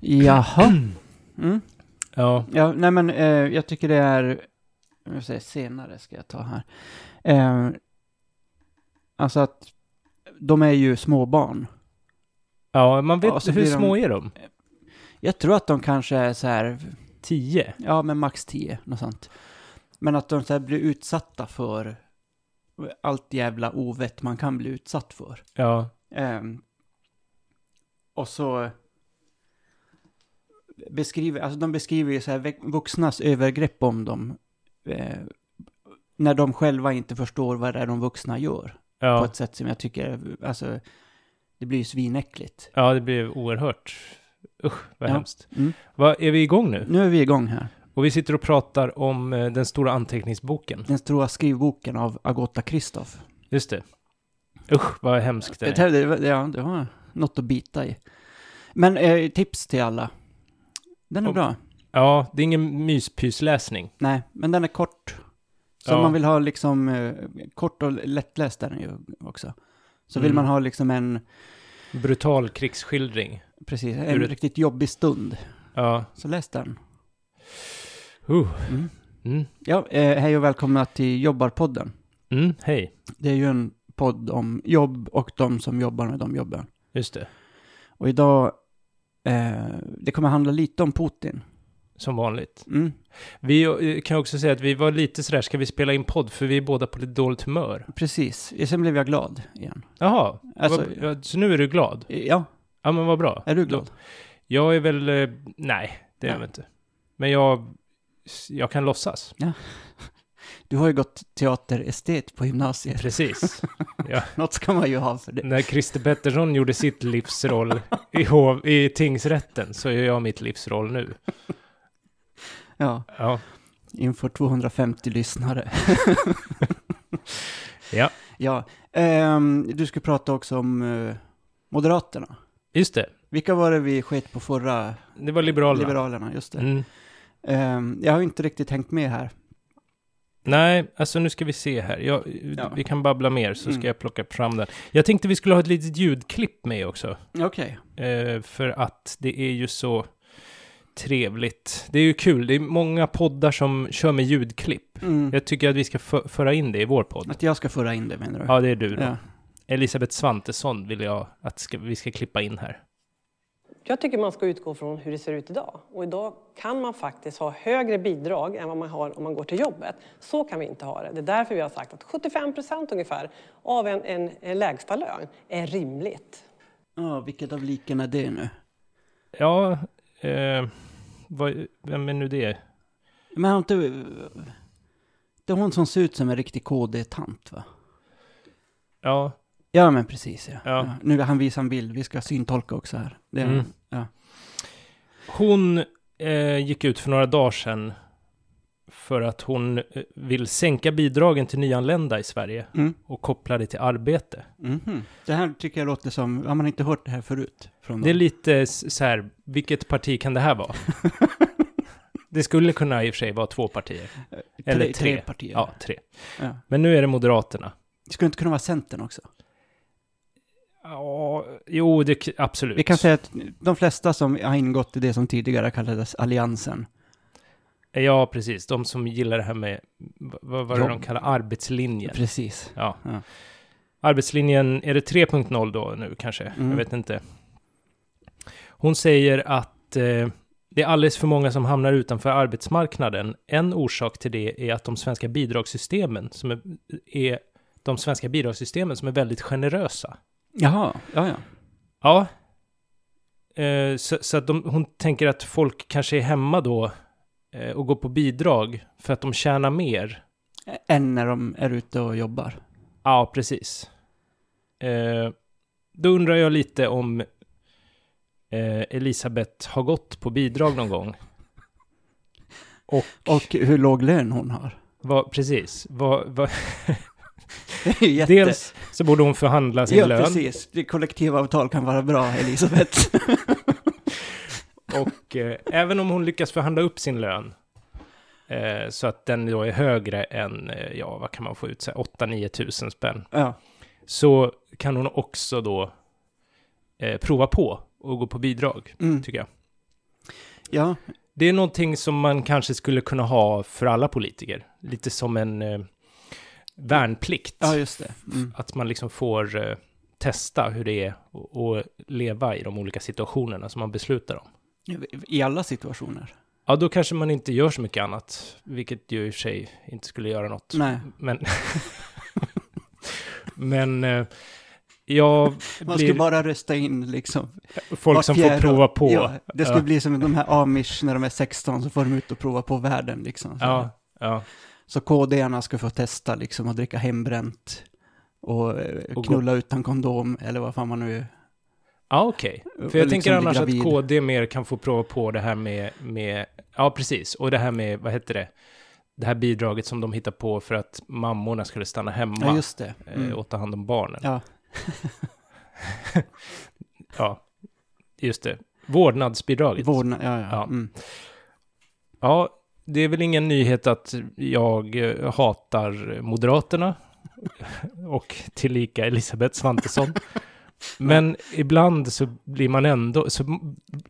Jaha. Mm. Ja. Ja, nej men eh, jag tycker det är, jag säger senare ska jag ta här. Eh, alltså att de är ju småbarn. ja, man vet, Ja, så hur blir de- små är de? Jag tror att de kanske är så här, Tio? ja men max 10, något sånt. Men att de så här blir utsatta för allt jävla ovett man kan bli utsatt för. Ja. Ehm, och så beskriver, alltså de beskriver ju så här vä- vuxnas övergrepp om dem. Eh, när de själva inte förstår vad det är de vuxna gör. På Ja. ett sätt som jag tycker, är- alltså, det blir ju svinäckligt. ja, det blev oerhört. Usch, vad Ja. hemskt. Mm. Va, är vi igång nu? Nu är vi igång här. Och vi sitter och pratar om eh, den stora anteckningsboken. Den stora skrivboken av Agota Kristoff. Just det. Usch, vad hemskt det Det, är. här- det, var- ja, det var något att bita i. Men eh, tips till alla. Den är Och- bra. Ja, det är ingen myspysläsning. Nej, men den är kort. Så om Ja. man vill ha liksom, eh, kort och lättläst är den ju också. Så vill Mm. man ha liksom en, Brutal krigsskildring. precis, en Hur- riktigt jobbig stund, Ja. så läs den. Uh. Mm. Mm. Ja, eh, hej och välkomna till Jobbarpodden. Mm, hej. Det är ju en podd om jobb och de som jobbar med de jobben. Just det. Och idag, eh, det kommer handla lite om Putin. Som vanligt. Mm, Vi eh, kan också säga att vi var lite sådär, ska vi spela in podd? För vi är båda på lite dåligt humör. precis, sen blev jag glad igen. Jaha, Alltså- vad- ja, så nu är du glad? Ja, Ja, men vad bra. är du glad? Jag är väl... eh, Nej, det är Nej. jag väl inte. Men jag... Jag kan låtsas. Du har ju gått teaterestet på gymnasiet. Precis. Något ska man ju ha för det. När Christer Pettersson gjorde sitt livsroll i, hov, i tingsrätten så gör jag mitt livsroll nu. Ja. Ja. Inför 250 lyssnare. Ja. Ja, ehm, du skulle prata också om eh, Moderaterna. Just det. Vilka var det vi sket på förra? Det var Liberalerna. Liberalerna, just det. Mm. Ehm, jag har ju inte riktigt hängt med här. Nej, alltså nu ska vi se här. Jag, Ja. Vi kan babbla mer så ska Mm. jag plocka fram den. Jag tänkte vi skulle ha ett litet ljudklipp med också. Okej. Eh, för att det är ju så trevligt. Det är ju kul. Det är många poddar som kör med ljudklipp. Mm. Jag tycker att vi ska fö- föra in det i vår podd. Att jag ska föra in det menar du? Ja, det är du då. Ja. Elisabeth Svantesson vill jag att ska, vi ska klippa in här. Jag tycker man ska utgå från hur det ser ut idag. Och idag kan man faktiskt ha högre bidrag än vad man har om man går till jobbet. Så kan vi inte ha det. Det är därför vi har sagt att 75 procent ungefär av en, en, en lägsta lön är rimligt. Ja, vilket av liken är det nu? Ja, eh, vad, vem är nu det? Men har inte... Det är hon som ser ut som en riktig KD-tant va? Ja, Ja, men precis ja. Ja. Nu han visar en bild, vi ska syntolka också här. Det är, Mm. ja. hon eh, gick ut för några dagar sedan för att hon eh, vill sänka bidragen till nyanlända i Sverige Mm. och koppla det till arbete. Mhm. Det här tycker jag låter som, har man inte hört det här förut? Från Det är dem? lite s- så här, vilket parti kan det här vara? det skulle kunna i och för sig vara två partier. eller tre, tre. tre partier. Ja, tre. Ja. Men nu är det Moderaterna. Det skulle inte kunna vara Centern också? Ja, jo, det, k- absolut. Vi kan säga att de flesta som har ingått i det som tidigare kallades Alliansen, Ja, precis. De som gillar det här med, v- vad var det Ja. de kallar arbetslinjen? precis. Ja. Ja. Arbetslinjen, är det 3.0 då nu kanske? Mm. Jag vet inte. Hon säger att eh, det är alldeles för många som hamnar utanför arbetsmarknaden. En orsak till det är att de svenska bidragssystemen som är, är de svenska bidragssystemen som är väldigt generösa. Jaha, ja, ja. Ja. Eh, så, så att de, hon tänker att folk kanske är hemma då eh, och går på bidrag för att de tjänar mer. Än när de är ute och jobbar. Ja, precis. Eh, då undrar jag lite om eh, Elisabeth har gått på bidrag någon gång. Och, Och hur låg lön hon har. vad, precis, vad, vad, Det är ju jätte... dels så borde hon förhandla sin ja, lön. precis. Det kollektivavtal kan vara bra, Elisabeth. Och eh, även om hon lyckas förhandla upp sin lön eh, så att den då är högre än, eh, ja, vad kan man få ut, 8-9 tusen spänn, ja. så kan hon också då eh, prova på och gå på bidrag, Mm. tycker jag. Ja, Det är någonting som man kanske skulle kunna ha för alla politiker. Lite som en eh, värnplikt. ja just det. Mm. Att man liksom får eh, testa hur det är att- att leva i de olika situationerna som man beslutar om. I alla situationer. Ja, då kanske man inte gör så mycket annat, vilket ju i och för sig inte skulle göra något. Nej. Men... Men eh, jag Man blir skulle bara rösta in liksom. var folk som får fjärde år. prova på. Ja, det skulle ja, bli som de här amish när de är 16 så får de ut och prova på världen liksom. Så, ja, ja. så KD-arna skulle få testa liksom att dricka hembränt och, eh, Och gå- knulla utan kondom eller vad fan man nu... ja okej. Och För jag liksom tänker bli annars gravid. att KD mer kan få prova på det här med, med, ja precis, och det här med, vad heter det, det här bidraget som de hittar på för att mammorna skulle stanna hemma Ja, just det. eh, Mm. och ta hand om barnen. Ja. ja, just det. Vårdnadsbidraget. Vårdnad, ja, ja. Ja. Mm. Ja, det är väl ingen nyhet att jag eh, hatar Moderaterna och tillika Elisabeth Svantesson. Men ibland så blir man ändå, så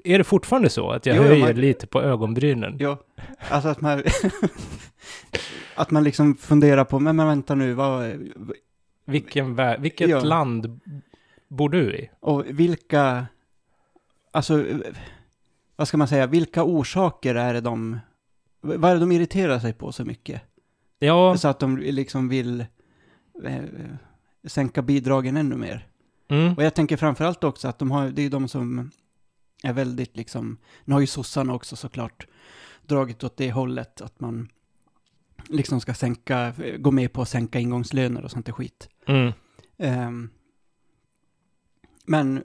är det fortfarande så att jag Jo, ja, höjer man- lite på ögonbrynen. ja. Alltså att man... att man liksom funderar på, men, men vänta nu, vad... Vilken vä- vilket Ja. land bor du i? Och vilka... Alltså, eh, vad ska man säga, vilka orsaker är det de... Vad är det de irriterar sig på så mycket? Ja, Så att de liksom vill eh, sänka bidragen ännu mer. mm, Och jag tänker framförallt också att de har, det är de som är väldigt liksom, nu har ju sossarna också såklart dragit åt det hållet att man liksom ska sänka, gå med på att sänka ingångslöner och sånt där skit. mm, Ehm, men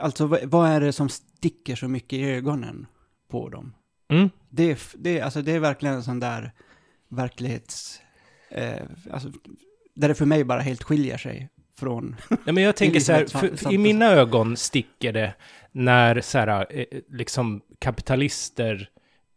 alltså vad- vad är det som sticker så mycket i ögonen på dem? mm. Det är, f- det är, alltså, det är verkligen en sån där verklighets... Eh, alltså, där det för mig bara helt skiljer sig från... Ja, men jag tänker så här, Elisabeth för, för, i Svantesson. mina ögon sticker det när så här, eh, liksom kapitalister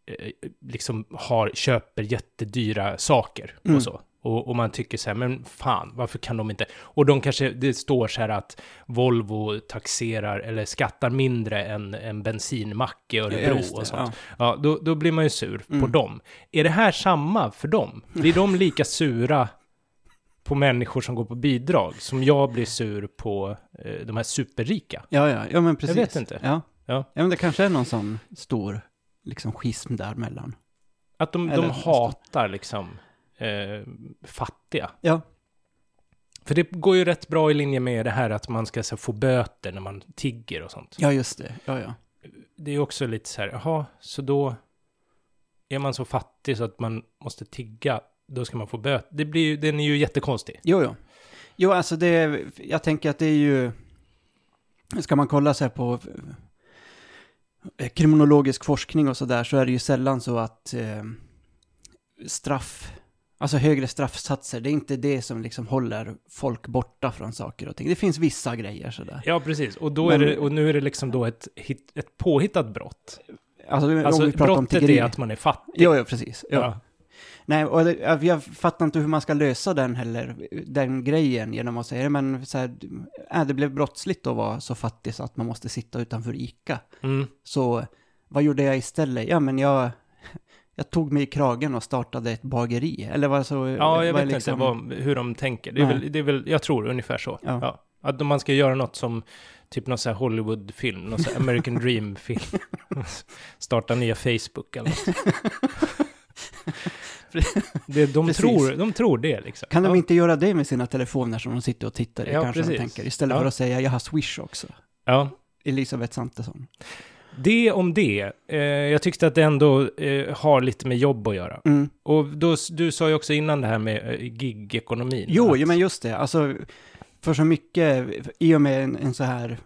eh, liksom har, köper jättedyra saker Mm. och så. Och, och man tycker så här, men fan, varför kan de inte? Och de kanske, det står så här att Volvo taxerar eller skattar mindre än en bensinmack i Örebro just det, och sånt. Ja, då, då blir man ju sur på Mm. dem. Är det här samma för dem? Blir de lika sura på människor som går på bidrag som jag blir sur på eh, de här superrika. Ja, ja, ja men precis. vet inte. Ja. Ja. ja, men det kanske är någon sån stor liksom schism däremellan. Att de, Eller de nästan. hatar liksom eh, fattiga. Ja, För det går ju rätt bra i linje med det här att man ska så, här, få böter när man tigger och sånt. ja just det. Ja, ja. Det är ju också lite så här, jaha, så då är man så fattig så att man måste tigga, då ska man få böter. Det blir ju, den är ju jättekonstig. Jo, jo. Jo, alltså det, är- jag tänker att det är ju, ska man kolla så här på eh, kriminologisk forskning och så där, så är det ju sällan så att eh, straff, alltså högre straffsatser, det är inte det som liksom håller folk borta från saker och ting. Det finns vissa grejer sådär. Ja, precis. Och, då är Men- det, och nu är det liksom då ett, hit, ett påhittat brott. Alltså, Alltså, om vi pratar om brottet tiggeri. är att man är fattig. Jo, jo, precis. Ja. Ja. Nej, och det- jag, jag fattar inte hur man ska lösa den heller, den grejen, genom att säga det, men så här, äh, det blev brottsligt att vara så fattig så att man måste sitta utanför ICA. Mm. Så vad gjorde jag istället? Ja, men jag, jag tog mig i kragen och startade ett bageri, eller vad så... Ja, jag vad vet liksom- inte vad, hur de tänker. Det är, Nej. väl, det är väl, jag tror ungefär så. Ja. Ja. Att om man ska göra något som typ någon sån här Hollywood-film, någon sån här American Dream-film. Starta nya Facebook eller något. det, de, Precis. tror, de tror det liksom. Kan de ja. inte göra det med sina telefoner som de sitter och tittar i, Ja, kanske de precis. tänker, istället Ja. för att säga jag har Swish också. Ja. Elisabeth Santesson. Det om det. Eh, jag tyckte att det ändå eh, har lite med jobb att göra. Mm. Och då, du sa ju också innan det här med eh, gig-ekonomin. Jo, att, jo, men just det. Alltså, för så mycket, i och med en, en så här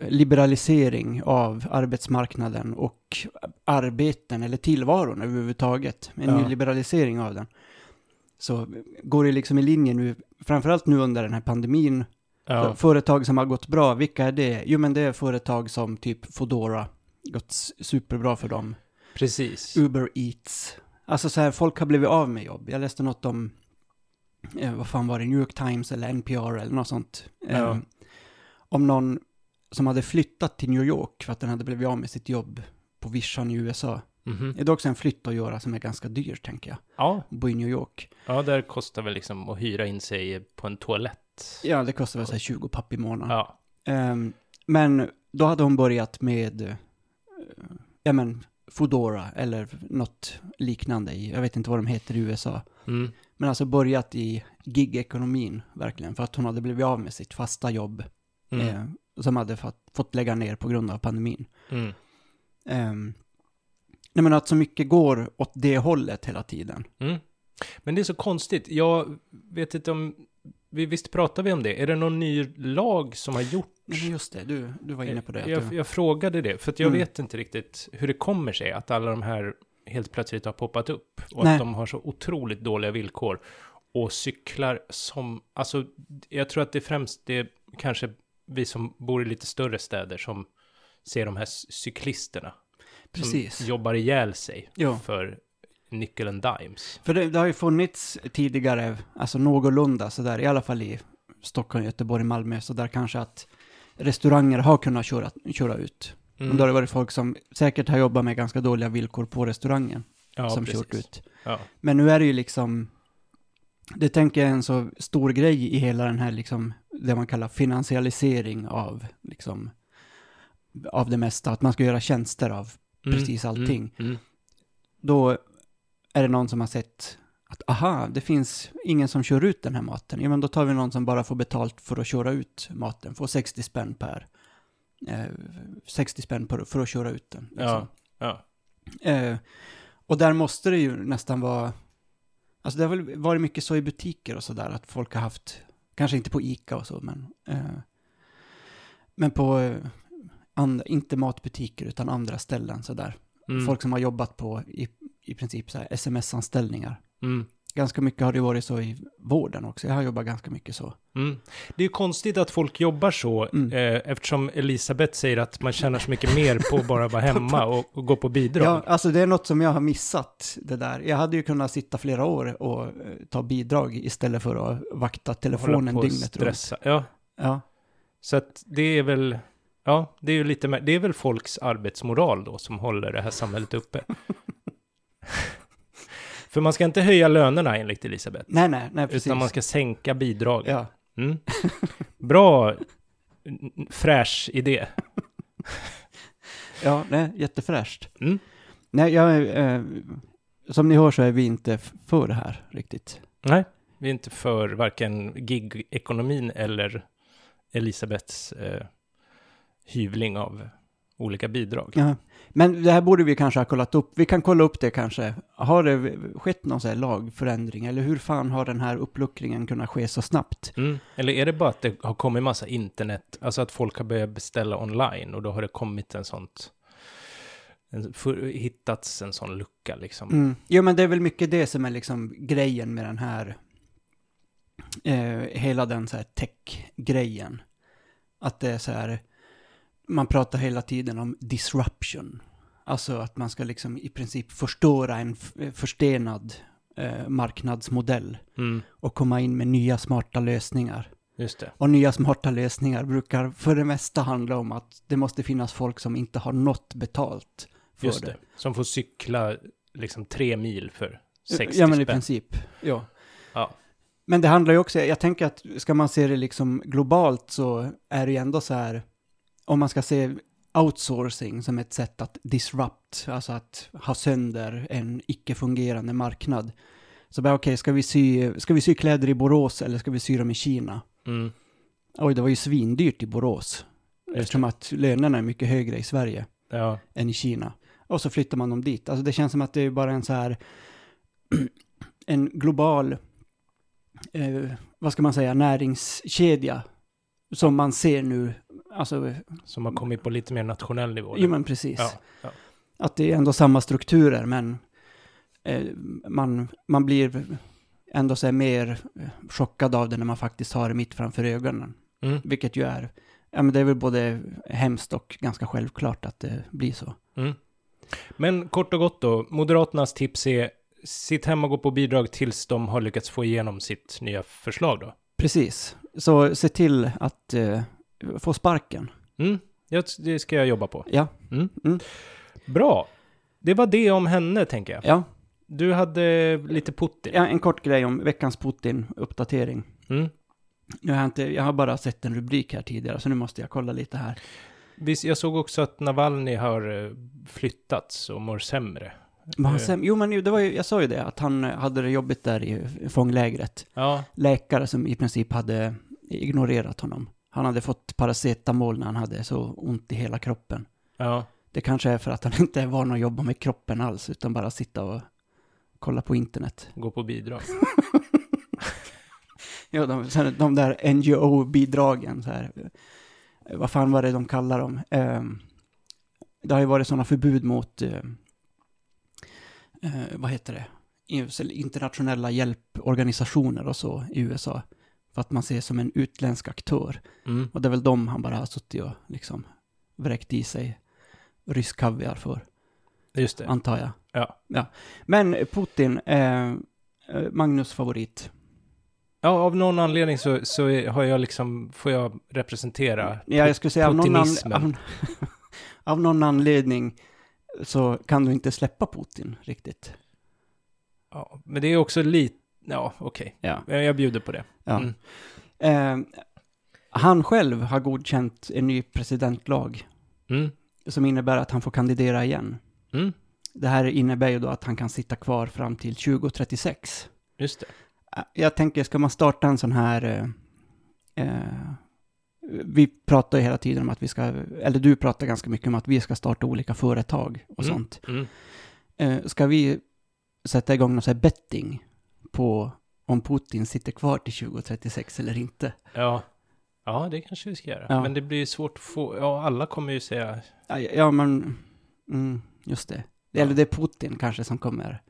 liberalisering av arbetsmarknaden och arbeten eller tillvaron överhuvudtaget, en Ja. ny liberalisering av den, så går det liksom i linje nu, framförallt nu under den här pandemin, ja. företag som har gått bra, vilka är det? Jo, men det är företag som typ Foodora, gått s- superbra för dem. precis. Uber Eats. Alltså så här, folk har blivit av med jobb. Jag läste något om, eh, vad fan var det, New York Times eller NPR eller något sånt. Eh, Ja. om någon som hade flyttat till New York för att den hade blivit av med sitt jobb på vischan i USA. Mhm. Det är dock också en flytt att göra som är ganska dyr, tänker jag. Ja, Bo i New York. ja, där kostar väl liksom att hyra in sig på en toalett. Ja, det kostar väl så här 20 papp i månaden. Ja. Ehm, men då hade hon börjat med, eh, ja men, Foodora eller något liknande i, jag vet inte vad de heter i USA. Mm. Men alltså börjat i gig-ekonomin verkligen, för att hon hade blivit av med sitt fasta jobb Mm. eh, som hade fått, fått lägga ner på grund av pandemin. Mm. Ehm, nej men att så mycket går åt det hållet hela tiden. Mm. Men det är så konstigt. Jag vet inte om... Vi, visst pratar vi om det? Är det någon ny lag som har gjort... Nej, men just det, du, du var inne på det. att Eh, Jag, du, jag frågade det, för att jag Mm. vet inte riktigt hur det kommer sig att alla de här helt plötsligt har poppat upp. Och Nej. att de har så otroligt dåliga villkor. Och cyklar som... Alltså, jag tror att det främst det är kanske vi som bor i lite större städer som ser de här c- cyklisterna. precis. Som jobbar ihjäl sig Ja. för nickel and dimes. För det, det har ju funnits tidigare, alltså någorlunda sådär, i alla fall i Stockholm, Göteborg, Malmö, så där kanske att restauranger har kunnat köra, köra ut. Mm. Men då har det varit folk som säkert har jobbat med ganska dåliga villkor på restaurangen Mm. Ja, som precis. kört ut. Ja. Men nu är det ju liksom, det tänker jag är en så stor grej i hela den här liksom, det man kallar finansialisering av liksom, av det mesta, att man ska göra tjänster av Mm, precis mm, allting. mm. då är det någon som har sett att aha, det finns ingen som kör ut den här maten. Ja, men då tar vi någon som bara får betalt för att köra ut maten, får 60 spänn per eh, 60 spänn per, för att köra ut den. liksom. Ja. Eh, och där måste det ju nästan vara, alltså det har väl varit mycket så i butiker och sådär, att folk har haft, kanske inte på ICA och så, men, eh, men på eh, andra, inte matbutiker utan andra ställen sådär Mm. folk som har jobbat på i, i princip så här sms-anställningar. Mm. Ganska mycket har det varit så i vården också. Jag har jobbat ganska mycket så. Mm. Det är ju konstigt att folk jobbar så, Mm. eh, eftersom Elisabeth säger att man tjänar så mycket mer på att bara vara hemma och, och gå på bidrag. Ja, alltså det är något som jag har missat det där. Jag hade ju kunnat sitta flera år och eh, ta bidrag istället för att vakta Hålla telefonen på och dygnet runt. stressa. Ja, Ja, så att det är väl... Ja, det är ju lite mer, det är väl folks arbetsmoral då som håller det här samhället uppe. För man ska inte höja lönerna enligt Elisabeth, nej, nej, nej, precis. utan man ska sänka bidragen. Ja, Mm. Bra, n- n- fräsch idé. ja, nej, jättefräscht. Mm. Nej, jag, är, eh, som ni hör så är vi inte f- för det här riktigt. Nej, vi är inte för varken gig-ekonomin eller Elisabeths eh, hyvling av olika bidrag. Ja. Men det här borde vi kanske ha kollat upp. Vi kan kolla upp det kanske. Har det skett någon så här lagförändring? Eller hur fan har den här uppluckringen kunnat ske så snabbt? Mm. Eller är det bara att det har kommit massa internet, alltså att folk har börjat beställa online och då har det kommit en sånt, en, för, hittats en sån lucka liksom. Mm. Jo, men det är väl mycket det som är liksom grejen med den här, eh, hela den så här tech-grejen. Att det är så här, man pratar hela tiden om disruption. Alltså att man ska liksom i princip förstöra en f- förstenad eh, marknadsmodell Mm. och komma in med nya smarta lösningar. Just det. Och nya smarta lösningar brukar för det mesta handla om att det måste finnas folk som inte har något betalt för Just det. det. Som får cykla liksom tre mil för 60 ja, men i spänn. princip. Ja. Ja. Men det handlar ju också, jag tänker att ska man se det liksom globalt så är det ju ändå så här, om man ska se outsourcing som ett sätt att disrupt, alltså att ha sönder en icke-fungerande marknad. Så bara okej, ska vi sy, ska vi sy kläder i Borås eller ska vi sy dem i Kina? Mm. Oj, det var ju svindyrt i Borås. Just Eftersom att lönerna är mycket högre i Sverige Ja. än i Kina. Och så flyttar man dem dit. Alltså det känns som att det är bara en så här, en global, eh, vad ska man säga, näringskedja som man ser nu. Alltså, Som har kommit på lite mer nationell nivå. jo men precis. ja, ja. Att det är ändå samma strukturer, men eh, man, man blir ändå så här mer eh, chockad av det när man faktiskt har det mitt framför ögonen. Mm, Vilket ju är, ja men det är väl både hemskt och ganska självklart att det blir så. mm. Men kort och gott då, Moderaternas tips är sitt hemma och gå på bidrag tills de har lyckats få igenom sitt nya förslag då. Precis. Så se till att eh, få sparken. Mm, jag- det ska jag jobba på. Ja. Mm. Mm. Bra. Det var det om henne, tänker jag. Ja, Du hade lite Putin. ja, en kort grej om veckans Putin-uppdatering. Mm. Nu har jag, inte, jag har bara sett en rubrik här tidigare, så nu måste jag kolla lite här. Visst, Jag såg också att Navalny har eh, flyttats och mår sämre. Men han Eh. sen, jo, men ju- det var ju, jag sa ju det, att han eh, hade det jobbigt där i fånglägret. Ja, Läkare som i princip hade ignorerat honom. Han hade fått paracetamol när han hade så ont i hela kroppen. ja. Det kanske är för att han inte är van att jobba med kroppen alls, utan bara sitta och kolla på internet. Gå på bidrag. Ja, de, sen, de där NGO-bidragen så här. Eh, Vad fan var det de kallar dem? Ehm, det har ju varit sådana förbud mot, eh, eh, vad heter det, In- internationella hjälporganisationer och så i USA. För att man ses som en utländsk aktör. Mm. Och det är väl de han bara har suttit och liksom vräkt i sig rysk kaviar för. Just det. antar jag. Typ. Ja. Men Putin, eh, eh, Magnus favorit. Ja, av någon anledning så, så är- har jag liksom, får jag representera. ja, jag skulle säga av någon, an, putinismen. av, av någon anledning så kan du inte släppa Putin riktigt. Ja, men det är också lite, ja okej. Ja. Jag- Jag bjuder på det. ja. Mm. Eh, han själv har godkänt en ny presidentlag Mm. som innebär att han får kandidera igen. Mm. Det här innebär ju då att han kan sitta kvar fram till 2036. Just det. Jag tänker, ska man starta en sån här... Eh, eh, vi pratar ju hela tiden om att vi ska, eller du pratar ganska mycket om att vi ska starta olika företag och Mm. sånt. Mm. Eh, ska vi sätta igång någon sån här betting på om Putin sitter kvar till 2036 eller inte? Ja. ja, det kanske vi ska göra. Ja. Men det blir ju svårt att få, ja alla kommer ju säga, Ja, ja men, mm, just det. Eller det är Putin kanske som kommer,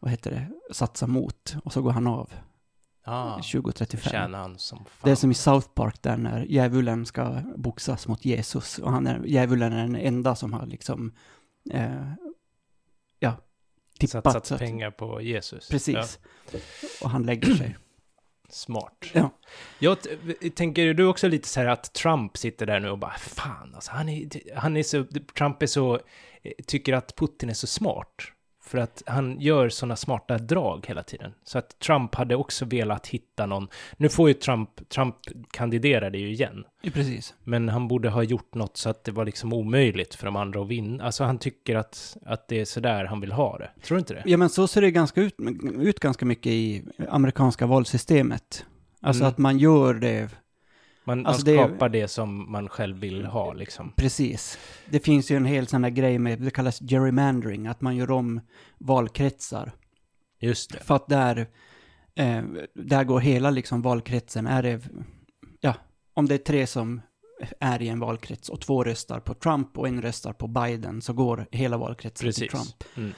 vad heter det, satsa mot och så går han av ja, 2035. tjänar "Ah, han som fan. Det är som i South Park där när djävulen ska boxas mot Jesus och han är, djävulen är den enda som har liksom, eh, ja, tippat. satsat så att- pengar på Jesus. Ja, Precis. Och han lägger sig. smart. Ja. Jag t- tänker du också lite så här att Trump sitter där nu och bara fan alltså, han är, han är så, Trump är så, eh, tycker att Putin är så smart. För att han gör sådana smarta drag hela tiden. Så att Trump hade också velat hitta någon, nu får ju Trump, Trump kandiderade ju igen. Precis. Men han borde ha gjort något så att det var liksom omöjligt för de andra att vinna. Alltså han tycker att, att det är sådär han vill ha det. Tror du inte det? Ja men så ser det ganska ut, ut ganska mycket i amerikanska valsystemet. Alltså Mm. att man gör det Man, Alltså, det man är- skapar det, som man själv vill ha liksom. Precis. Det finns ju en hel sån där grej med, det kallas gerrymandering, att man gör om valkretsar. Just det. För att där, eh, där går hela liksom valkretsen. Är det, ja, om det är tre som är i en valkrets och två röstar på Trump och en röstar på Biden så går hela valkretsen till Precis. Trump. Mm.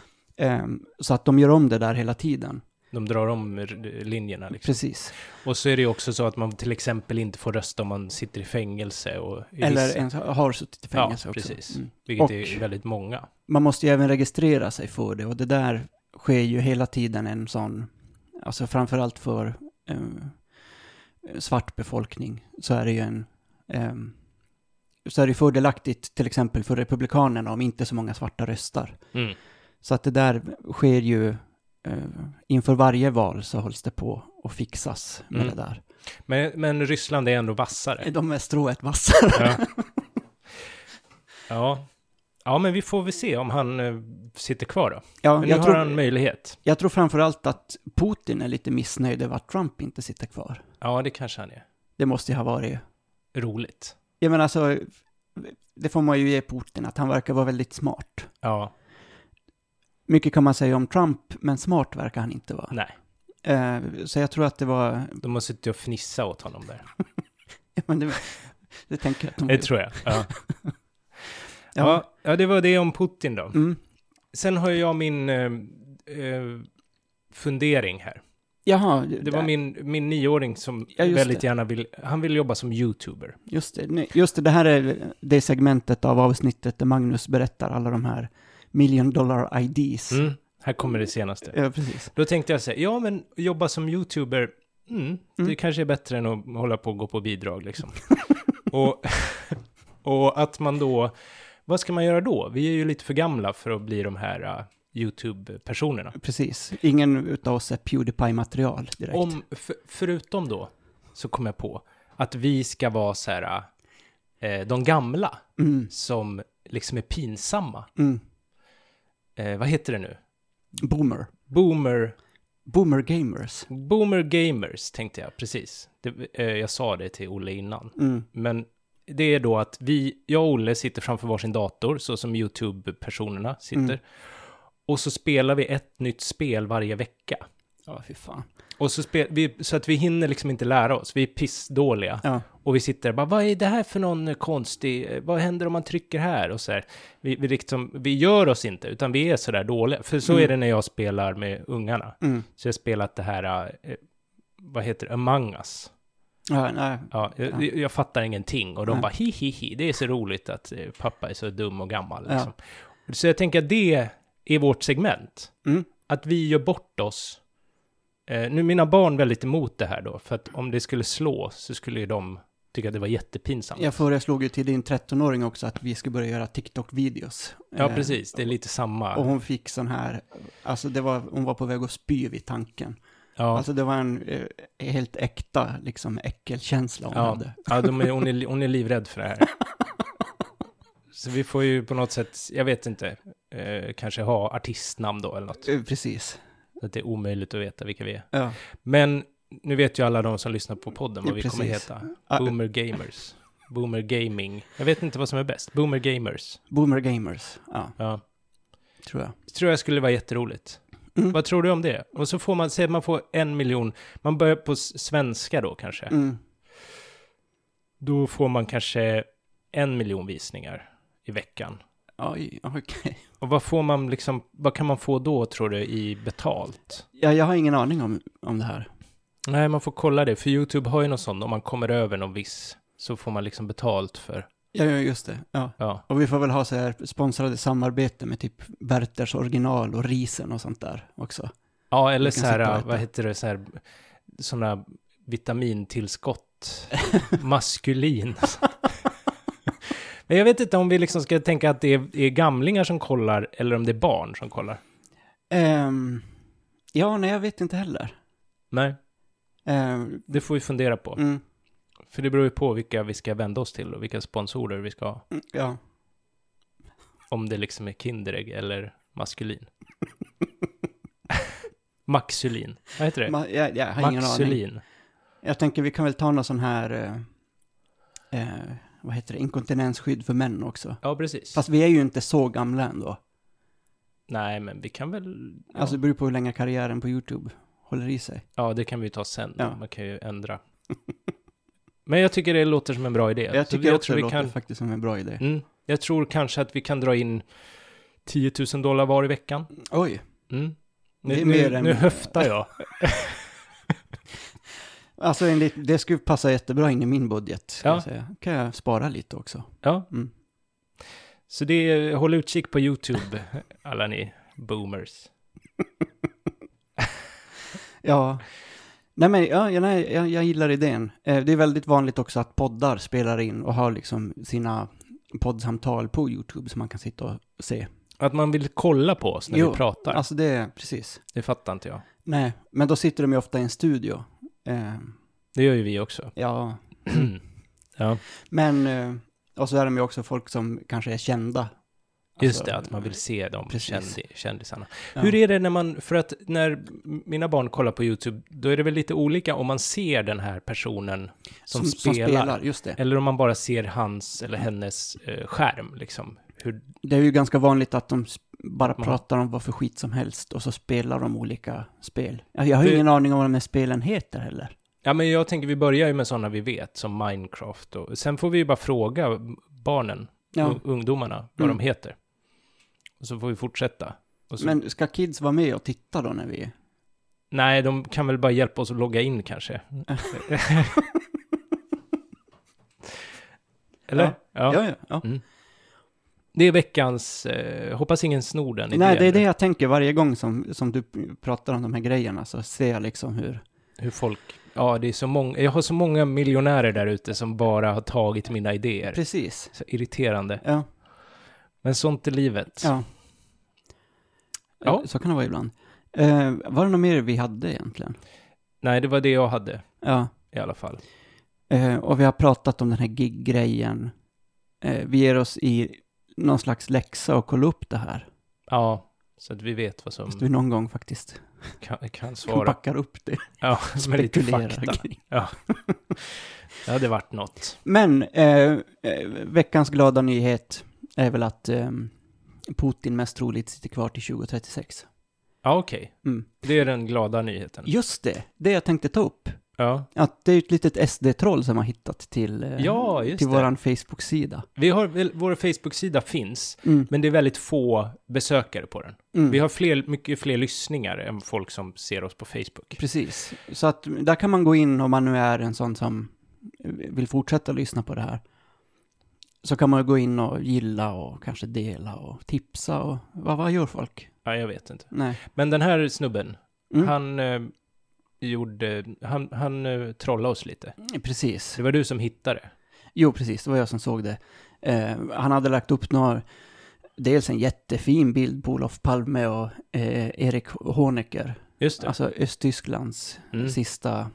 Eh, så att de gör om det där hela tiden. De drar om r- linjerna liksom. Precis. Och så är det ju också så att man till exempel inte får rösta om man sitter i fängelse och i Eller vissa- en, har suttit i fängelse ja, också. precis. Mm. Vilket Och- är väldigt många. Man måste ju även registrera sig för det och det där sker ju hela tiden en sån, alltså framförallt för eh, svart befolkning så är det ju en, eh, så är det ju fördelaktigt till exempel för republikanerna om inte så många svarta röstar. Mm. Så att det där sker ju eh, inför varje val så hålls det på och fixas med Mm. det där. Men, men Ryssland är ändå vassare. De är strået vassare. Ja. ja. Ja, men vi får väl se om han eh, sitter kvar då. Ja, Men nu jag, har tror, han möjlighet. jag tror framförallt att Putin är lite missnöjd över att Trump inte sitter kvar. Ja, det kanske han är. Det måste ju ha varit. Roligt. Jag menar alltså, det får man ju ge Putin, att han verkar vara väldigt smart. Ja, Mycket kan man säga om Trump, men smart verkar han inte vara. nej. Eh, så jag tror att det var... De har suttit och fnissat åt honom där. Mm. Ja, Men det, det tänker jag att de... Det tror jag. Ja. ja. Ja, ja, det var det om Putin då. Mm. Sen har jag min eh, eh, fundering här. Jaha, Det var min, min nioåring som Ja, just väldigt det. gärna vill, han vill jobba som YouTuber. Just det, nej, just det, det här är det segmentet av avsnittet där Magnus berättar alla de här million dollar IDs. Mm. Här kommer det senaste. Ja, precis. Då tänkte jag säga, ja men jobba som YouTuber, mm, det Mm. kanske är bättre än att hålla på och gå på bidrag liksom. och, och att man då, vad- Vad ska man göra då? Vi är ju lite för gamla för att bli de här eh, YouTube-personerna. Precis. Ingen utav oss är Pewdiepie-material direkt. Om, för, förutom då, så kom jag på att vi ska vara så här, eh, de gamla Mm, som liksom är pinsamma. mm. Eh, vad heter det nu? Boomer. Boomer, Boomer gamers. boomer gamers tänkte jag, precis. Det, eh, jag sa det till Olle innan. Mm. Men det är då att vi, jag och Olle sitter framför varsin dator, så som YouTube-personerna sitter. Mm. Och så spelar vi ett nytt spel varje vecka. Ja, fy fan. Och så, spel, vi, så att vi hinner liksom inte lära oss, vi är pissdåliga. Ja. Och vi sitter där bara, vad är det här för någon eh, konstig, eh, vad händer om man trycker här? Och så här. Vi, vi, liksom, vi gör oss inte, utan vi är så där dåliga. För så är det när jag spelar med ungarna. Mm. Så jag har spelat det här, eh, vad heter det, Among Us. Ja, nej. Ja, jag, jag fattar ingenting och de Nej. bara hi, hi, hi, det är så roligt att eh, pappa är så dum och gammal. Ja. Liksom. Så jag tänker att det är vårt segment. Mm. Att vi gör bort oss. Eh, nu är mina barn väldigt emot det här då, för att om det skulle slå så skulle ju de tycka att det var jättepinsamt. Ja, Jag föreslog ju till din 13-åring också att vi skulle börja göra TikTok-videos. Eh, precis, det är lite samma. Och hon fick sån här, alltså det var, hon var på väg att spy vid tanken. ja. Alltså det var en eh, helt äkta, liksom äckelkänsla hon ja. hade. ja de är, hon, är, hon är livrädd för det här. Så vi får ju på något sätt, jag vet inte, eh, kanske ha artistnamn då eller något. Eh, Precis. Så att det är omöjligt att veta vilka vi är. Ja. Men nu vet ju alla de som lyssnar på podden vad Ja, vi kommer precis. heta. Ja. Boomer Gamers. Boomer Gaming. Jag vet inte vad som är bäst. Boomer Gamers. Boomer gamers, ja, Ja. tror jag. Det tror jag skulle vara jätteroligt. Mm. Vad tror du om det? Och så får man, säg att man får en miljon, man börjar på s- svenska då kanske. Mm. Då får man kanske en miljon visningar i veckan. Oj, okej. Och vad får man liksom, vad kan man få då tror du i betalt? Ja, jag har ingen aning om, om det här. Nej, man får kolla det, för YouTube har ju någon sån, om man kommer över någon viss så får man liksom betalt för, Ja, ja, just det. Ja. ja. Och vi får väl ha så här sponsrade samarbete med typ Werthers original och risen och sånt där också. Ja, eller Vi kan så sitta och här, äta. vad heter det, så här, sådana vitamintillskott, maskulin. Men jag vet inte om vi liksom ska tänka att det är, är gamlingar som kollar eller om det är barn som kollar. Ehm, ja, nej, jag vet inte heller. Nej, Ehm, det får vi fundera på. mm, För det beror ju på vilka vi ska vända oss till och vilka sponsorer vi ska ha. mm, ja. Om det liksom är Kinderägg eller maskulin. Maxulin, vad heter det? Ma- jag, jag har ingen aning. Maxulin. Jag tänker vi kan väl ta någon sån här, eh, eh, vad heter det, inkontinensskydd för män också. Ja, precis. Fast vi är ju inte så gamla ändå. Nej, men vi kan väl... ja. Alltså det beror på hur länge karriären på YouTube håller i sig. Ja, det kan vi ju ta sen. Ja. Man kan ju ändra. Men jag tycker det låter som en bra idé. Jag Så tycker också tror det vi låter kan, faktiskt som en bra idé. mm, Jag tror kanske att vi kan dra in 10 000 dollar var i veckan. Oj, Mm. Det Nu, är mer nu, än- nu höftar jag. alltså enligt, det skulle passa jättebra in i min budget. Ska Ja. jag säga. kan jag spara lite också. Ja. Mm. Så det är, håll utkik på YouTube, alla ni boomers. Ja. Nej men ja, ja, nej, jag, jag gillar idén. Eh, Det är väldigt vanligt också att poddar spelar in och har liksom sina poddsamtal på YouTube som man kan sitta och se. Att man vill kolla på oss när Jo, vi pratar, Alltså det är precis. det fattar inte jag. Nej, men då sitter de ju ofta i en studio. Eh, Det gör ju vi också. ja, ja, men eh, och så är de ju också folk som kanske är kända. just Alltså, det, att man vill se de precis. kändi- kändisarna. Ja. Hur är det när man, för att när mina barn kollar på YouTube, då är det väl lite olika om man ser den här personen som, spelar, Just det. eller om man bara ser hans eller hennes eh, skärm, liksom. Hur, Det är ju ganska vanligt att de sp- bara Ja. pratar om vad för skit som helst och så spelar de olika spel. Jag, jag har ju Det- ingen aning om vad de här spelen heter heller. ja, men jag tänker vi börjar ju med sådana vi vet, som Minecraft och sen får vi ju bara fråga barnen, Ja. u- ungdomarna, vad Mm. de heter. Och så får vi fortsätta. Och så, Men ska kids vara med och titta då när vi... Nej, de kan väl bara hjälpa oss att logga in kanske. Eller? Ja. Ja, ja. Mm, ja. Det är veckans, eh, hoppas ingen snor den Nej, det är idén det jag tänker varje gång som, som du p- pratar om de här grejerna så ser jag liksom hur... Hur folk, ja det är så många, jag har så många miljonärer där ute som bara har tagit mina idéer. Precis. Så irriterande. Ja. Men sånt är livet. Ja. Ja. Så kan det vara ibland. Eh, var det något mer vi hade egentligen? Nej, det var det jag hade Ja. i alla fall. Eh, och vi har pratat om den här gig-grejen. Eh, vi ger oss i någon slags läxa och kolla upp det här. Ja, så att vi vet vad som Fast vi någon gång faktiskt kan, kan Mm. svara. packar upp det. Ja, med lite Spekulerar fakta. kring. Det hade varit något. Men eh, eh, veckans glada nyhet är väl att eh, Putin mest troligt sitter kvar till 2036. Ja, okej. Mm. Det är den glada nyheten. Just det, det jag tänkte ta upp. Ja, Att det är ett litet SD-troll som har hittat till, eh, Ja, just till det. våran Facebook-sida. vi har, väl- vår Facebook-sida finns, Mm. men det är väldigt få besökare på den. Mm. Vi har fler, mycket fler lyssningar än folk som ser oss på Facebook. Precis. Så att där kan man gå in om man nu är en sån som vill fortsätta lyssna på det här. Så kan man gå in och gilla och kanske dela och tipsa och vad, vad gör folk? Ja, jag vet inte. Nej. Men den här snubben, Mm. han eh, gjorde, han, han eh, trollade oss lite. Precis. Det var du som hittade. det. Jo, precis. Det var jag som såg det. Eh, han hade lagt upp några, dels en jättefin bild på Olof Palme och eh, Erik Honecker. Just det. Alltså Östtysklands Mm. sista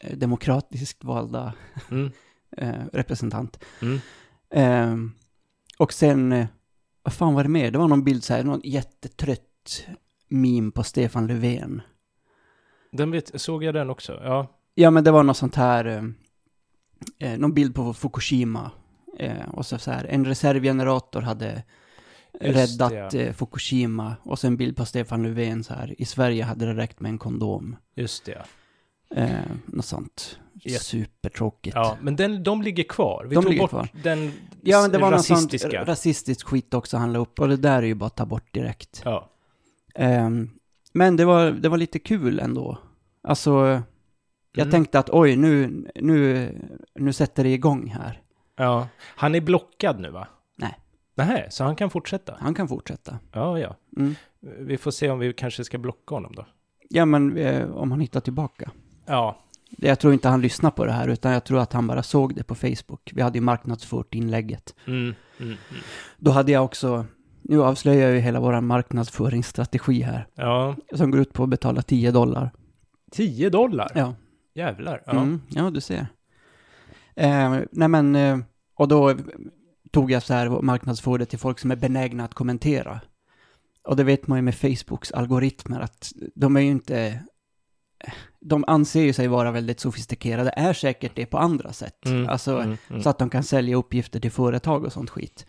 eh, demokratiskt valda Mm. eh, representant. Mm. Ehm, och sen, eh, vad fan var det mer? Det var någon bild så här, någon jättetrött meme på Stefan Löfven. Den vet, såg jag den också? Ja. Ja, men det var något sånt här, eh, eh, någon bild på Fukushima. Eh, och så, så här, en reservgenerator hade Just det, räddat eh, Fukushima. Och så en bild på Stefan Löfven så här, i Sverige hade det räckt med en kondom. Just det. Eh, något sånt. Ja. Supertråkigt. Ja, men den, de ligger kvar. Vi De tog ligger bort kvar. den Ja, men det var något sånt rasistiska. rasistiskt skit också han la upp. Och det där är ju bara att ta bort direkt. ja. Ehm, men det var, det var lite kul ändå. Alltså, jag Mm. tänkte att oj, nu, nu, nu sätter det igång här. ja. Han är blockad nu va? Nej. Nej, så han kan fortsätta? Han kan fortsätta. Ja, ja. Mm. Vi får se om vi kanske ska blocka honom då. Ja, men eh, om han hittar tillbaka. Ja, Det- Jag tror inte han lyssnar på det här, utan jag tror att han bara såg det på Facebook. Vi hade ju marknadsfört inlägget. mm, mm, mm. Då hade jag också, nu avslöjar jag ju hela vår marknadsföringsstrategi här, ja. som går ut på att betala 10 dollar. 10 dollar? Ja. Jävlar. Ja. Ja, mm, ja du ser. Eh, nej men, eh, och då tog jag så här och marknadsförde till folk som är benägna att kommentera. Och det vet man ju med Facebooks algoritmer att de är ju inte, de anser ju sig vara väldigt sofistikerade, är säkert det på andra sätt. Mm, alltså, mm, mm. så att de kan sälja uppgifter till företag och sånt skit.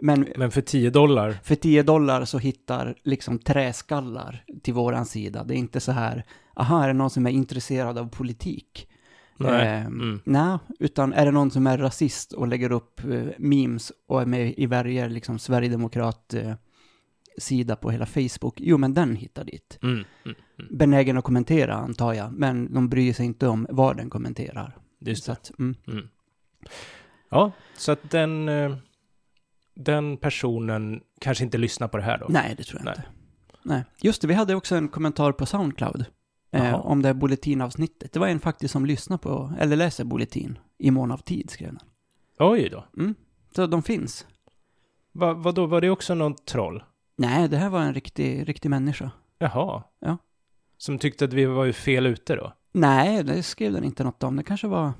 Men Men för 10 dollar? för 10 dollar så hittar liksom träskallar till våran sida. Det är inte så här, aha, är det någon som är intresserad av politik? Nej. Ehm, Mm. Nej, utan är det någon som är rasist och lägger upp eh, memes och är med i varje liksom, sverigedemokrat-sida på hela Facebook? Jo, men den hittar dit. Mm, mm, mm. Benägen att kommentera, antar jag, men de bryr sig inte om vad den kommenterar. Just Så det. att, mm. Mm. Ja, så att den, eh, den personen kanske inte lyssnar på det här då? Nej, det tror jag Nej. inte. Nej. Just det, vi hade också en kommentar på Soundcloud eh, Jaha. om det här bulletinavsnittet. Det var en faktiskt som lyssnar på, eller läser bulletin, i mån av tid, skrev den. Oj då. Så de finns. Va, vadå, var det också någon troll? Nej, det här var en riktig, riktig människa. Jaha. Ja. Som tyckte att vi var ju fel ute då? Nej, det skrev den inte något om. Det kanske var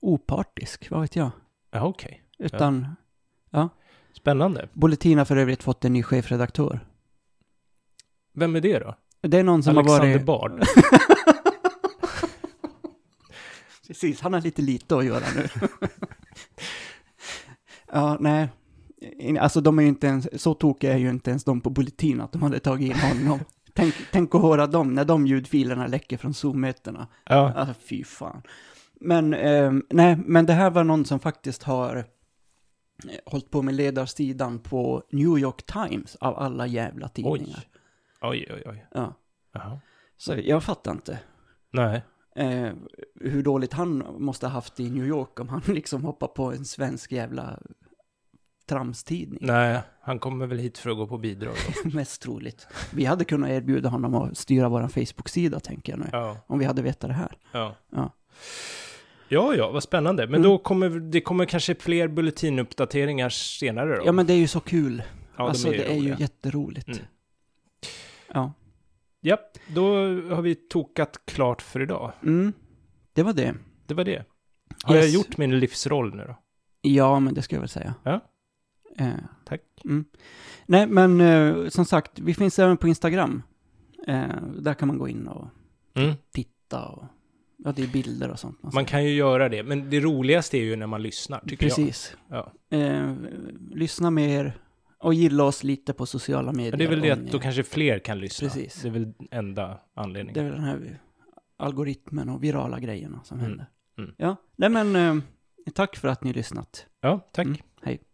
opartisk, vad vet jag. Ja, okej. Utan Spännande. Bulletin har för övrigt fått en ny chefredaktör. Vem är det då? Det är någon som Alexander har varit... Bard? Precis, han har lite lite att göra nu. ja, nej. In- Alltså de är ju inte ens, så tokiga är ju inte ens de på Bulletin att de hade tagit in honom. tänk, tänk att höra dem när de ljudfilerna läcker från Zoom-mötena. Ja. Alltså fy fan. Men, ehm, nej, men det här var någon som faktiskt har eh, hållit på med ledarsidan på New York Times av alla jävla Oj. tidningar. Oj, oj, oj. Ja. Jaha. Så Mm. jag fattar inte Nej. eh, hur dåligt han måste ha haft i New York om han liksom hoppar på en svensk jävla tramstidning. Nej, han kommer väl hit för att gå på bidrag då. Mest troligt. Vi hade kunnat erbjuda honom att styra vår Facebook-sida tänker jag nu. Ja, Om vi hade vetat det här. ja. Ja. Ja, ja, vad spännande. Men Mm. då kommer det kommer kanske fler bulletinuppdateringar senare då? Ja, men det är ju så kul. Ja, alltså, det är ju roliga. jätteroligt. Mm. Ja. Ja, då har vi tokat klart för idag. Mm. Det var det. Det var det. Har Yes. jag gjort min livsroll nu då? Ja, men det ska jag väl säga. Ja. Eh, Tack. Mm. Nej, men eh, som sagt, vi finns även på Instagram. Eh, där kan man gå in och Mm. titta och... Ja, det är bilder och sånt. Man kan ju göra det, men det roligaste är ju när man lyssnar, tycker Precis. jag. Eh, lyssna mer och gilla oss lite på sociala medier. Ja. Det är väl det om ni- att då kanske fler kan lyssna. Precis. Det är väl enda anledningen. Det är väl den här algoritmen och virala grejerna som Mm. händer. Mm. Ja, nej men eh, tack för att ni har lyssnat. Ja, tack. Mm. Hej.